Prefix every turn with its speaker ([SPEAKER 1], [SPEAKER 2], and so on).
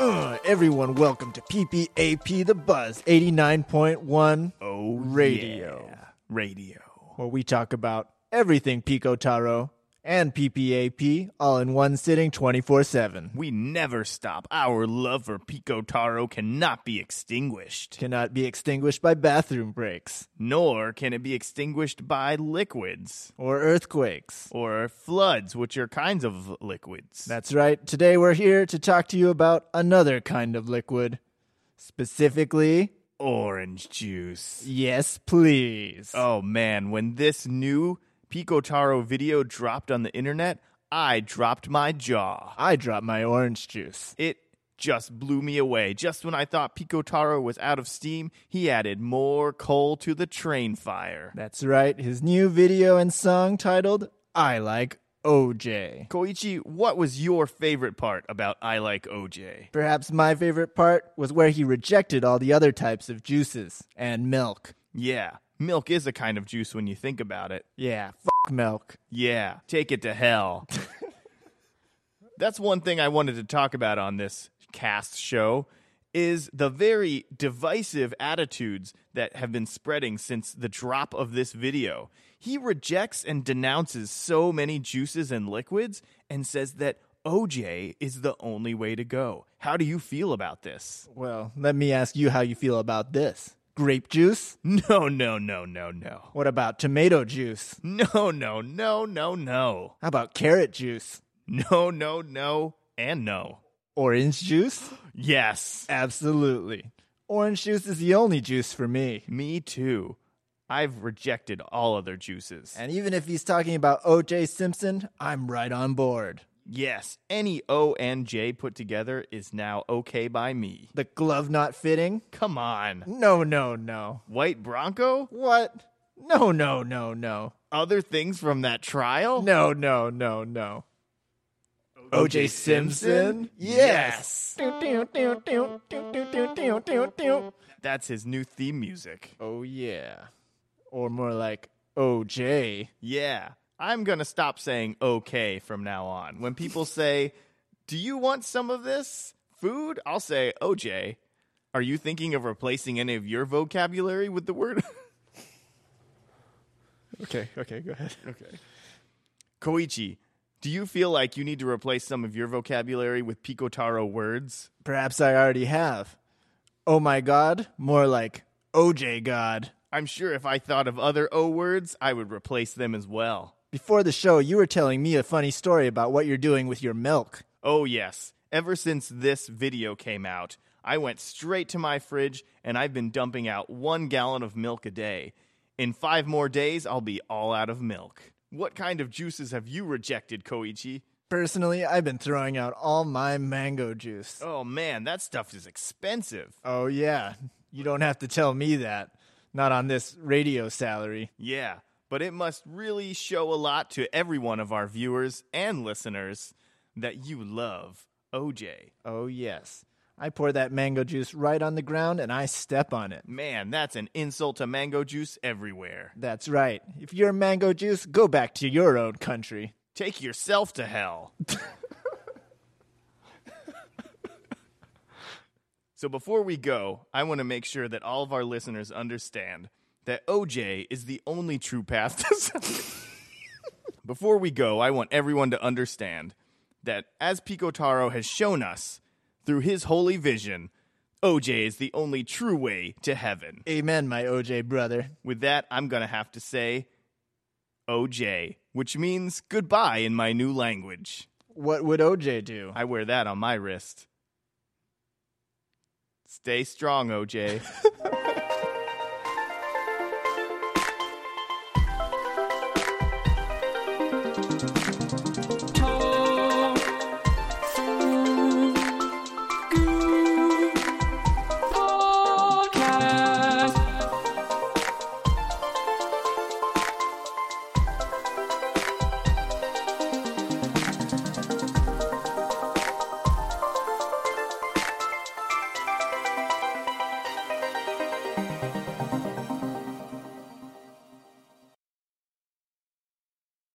[SPEAKER 1] Uh, everyone, welcome to PPAP The Buzz 89.1 oh, Radio. Radio. Where we talk about everything Pico Taro and PPAP all in one sitting 24 7.
[SPEAKER 2] We never stop. Our love for Pico Taro cannot be extinguished,
[SPEAKER 1] Cannot be extinguished by bathroom breaks
[SPEAKER 2] nor can it be extinguished by liquids
[SPEAKER 1] or earthquakes.
[SPEAKER 2] or floods, which are kinds of liquids.
[SPEAKER 1] That's right. Today we're here to talk to you about another kind of liquid. Specifically,
[SPEAKER 2] orange juice.
[SPEAKER 1] yes, please.
[SPEAKER 2] Oh man, when this new Pico Taro video dropped on the internet, I dropped my jaw.
[SPEAKER 1] I dropped my orange juice.
[SPEAKER 2] It just blew me away. Just when I thought Pico Taro was out of steam, he added more coal to the train fire.
[SPEAKER 1] That's right. His new video and song titled I Like OJ.
[SPEAKER 2] Koichi, what was your favorite part about I Like OJ?
[SPEAKER 1] Perhaps my favorite part was where he rejected all the other types of juices and milk.
[SPEAKER 2] Yeah, milk is a kind of juice when you think about it.
[SPEAKER 1] Yeah, fuck milk.
[SPEAKER 2] Yeah, take it to hell. That's one thing I wanted to talk about on this cast show is the very divisive attitudes that have been spreading since the drop of this video. He rejects and denounces so many juices and liquids and says that OJ is the only way to go. How do you feel about this?
[SPEAKER 1] Well, let me ask you how you feel about this. Grape juice?
[SPEAKER 2] No, no, no, no, no.
[SPEAKER 1] What about tomato juice?
[SPEAKER 2] No, no, no, no, no.
[SPEAKER 1] How about carrot juice?
[SPEAKER 2] No, no, no, and no.
[SPEAKER 1] Orange juice?
[SPEAKER 2] Yes.
[SPEAKER 1] Absolutely. Orange juice is the only juice for me.
[SPEAKER 2] Me too. I've rejected all other juices.
[SPEAKER 1] And even if he's talking about OJ Simpson, I'm right on board.
[SPEAKER 2] yes, any O and J put together is now okay by me.
[SPEAKER 1] The glove not fitting?
[SPEAKER 2] Come on.
[SPEAKER 1] No, no, no.
[SPEAKER 2] White Bronco?
[SPEAKER 1] What? No, no, no, no.
[SPEAKER 2] Other things from that trial?
[SPEAKER 1] No, no, no, no.
[SPEAKER 2] O.J. Simpson?
[SPEAKER 1] Yes.
[SPEAKER 2] That's his new theme music.
[SPEAKER 1] Oh, yeah. Or more like oh, OJ.
[SPEAKER 2] Yeah. I'm going to stop saying okay from now on. When people say, Do you want some of this food? I'll say, OJ, are you thinking of replacing any of your vocabulary with the word?
[SPEAKER 1] Okay, okay, go ahead.
[SPEAKER 2] Okay. Koichi, do you feel like you need to replace some of your vocabulary with Picotaro words?
[SPEAKER 1] Perhaps I already have. Oh my god, more like OJ god.
[SPEAKER 2] I'm sure if I thought of other O words, I would replace them as well.
[SPEAKER 1] Before the show, you were telling me a funny story about what you're doing with your milk.
[SPEAKER 2] Oh, yes. Ever since this video came out, I went straight to my fridge and I've been dumping out one gallon of milk a day. In five more days, I'll be all out of milk. What kind of juices have you rejected, Koichi?
[SPEAKER 1] Personally, I've been throwing out all my mango juice.
[SPEAKER 2] Oh man, that stuff is expensive.
[SPEAKER 1] Oh, yeah. You don't have to tell me that. Not on this radio salary.
[SPEAKER 2] Yeah, but it must really show a lot to every one of our viewers and listeners that you love OJ.
[SPEAKER 1] Oh, yes. I pour that mango juice right on the ground and I step on it.
[SPEAKER 2] Man, that's an insult to mango juice everywhere.
[SPEAKER 1] That's right. If you're mango juice, go back to your own country.
[SPEAKER 2] Take yourself to hell. so before we go, I want to make sure that all of our listeners understand that OJ is the only true path to success. Before we go, I want everyone to understand that as Picotaro has shown us through his holy vision, OJ is the only true way to heaven.
[SPEAKER 1] Amen, my OJ brother.
[SPEAKER 2] With that, I'm going to have to say OJ, which means goodbye in my new language.
[SPEAKER 1] What would OJ do?
[SPEAKER 2] I wear that on my wrist. Stay strong, OJ.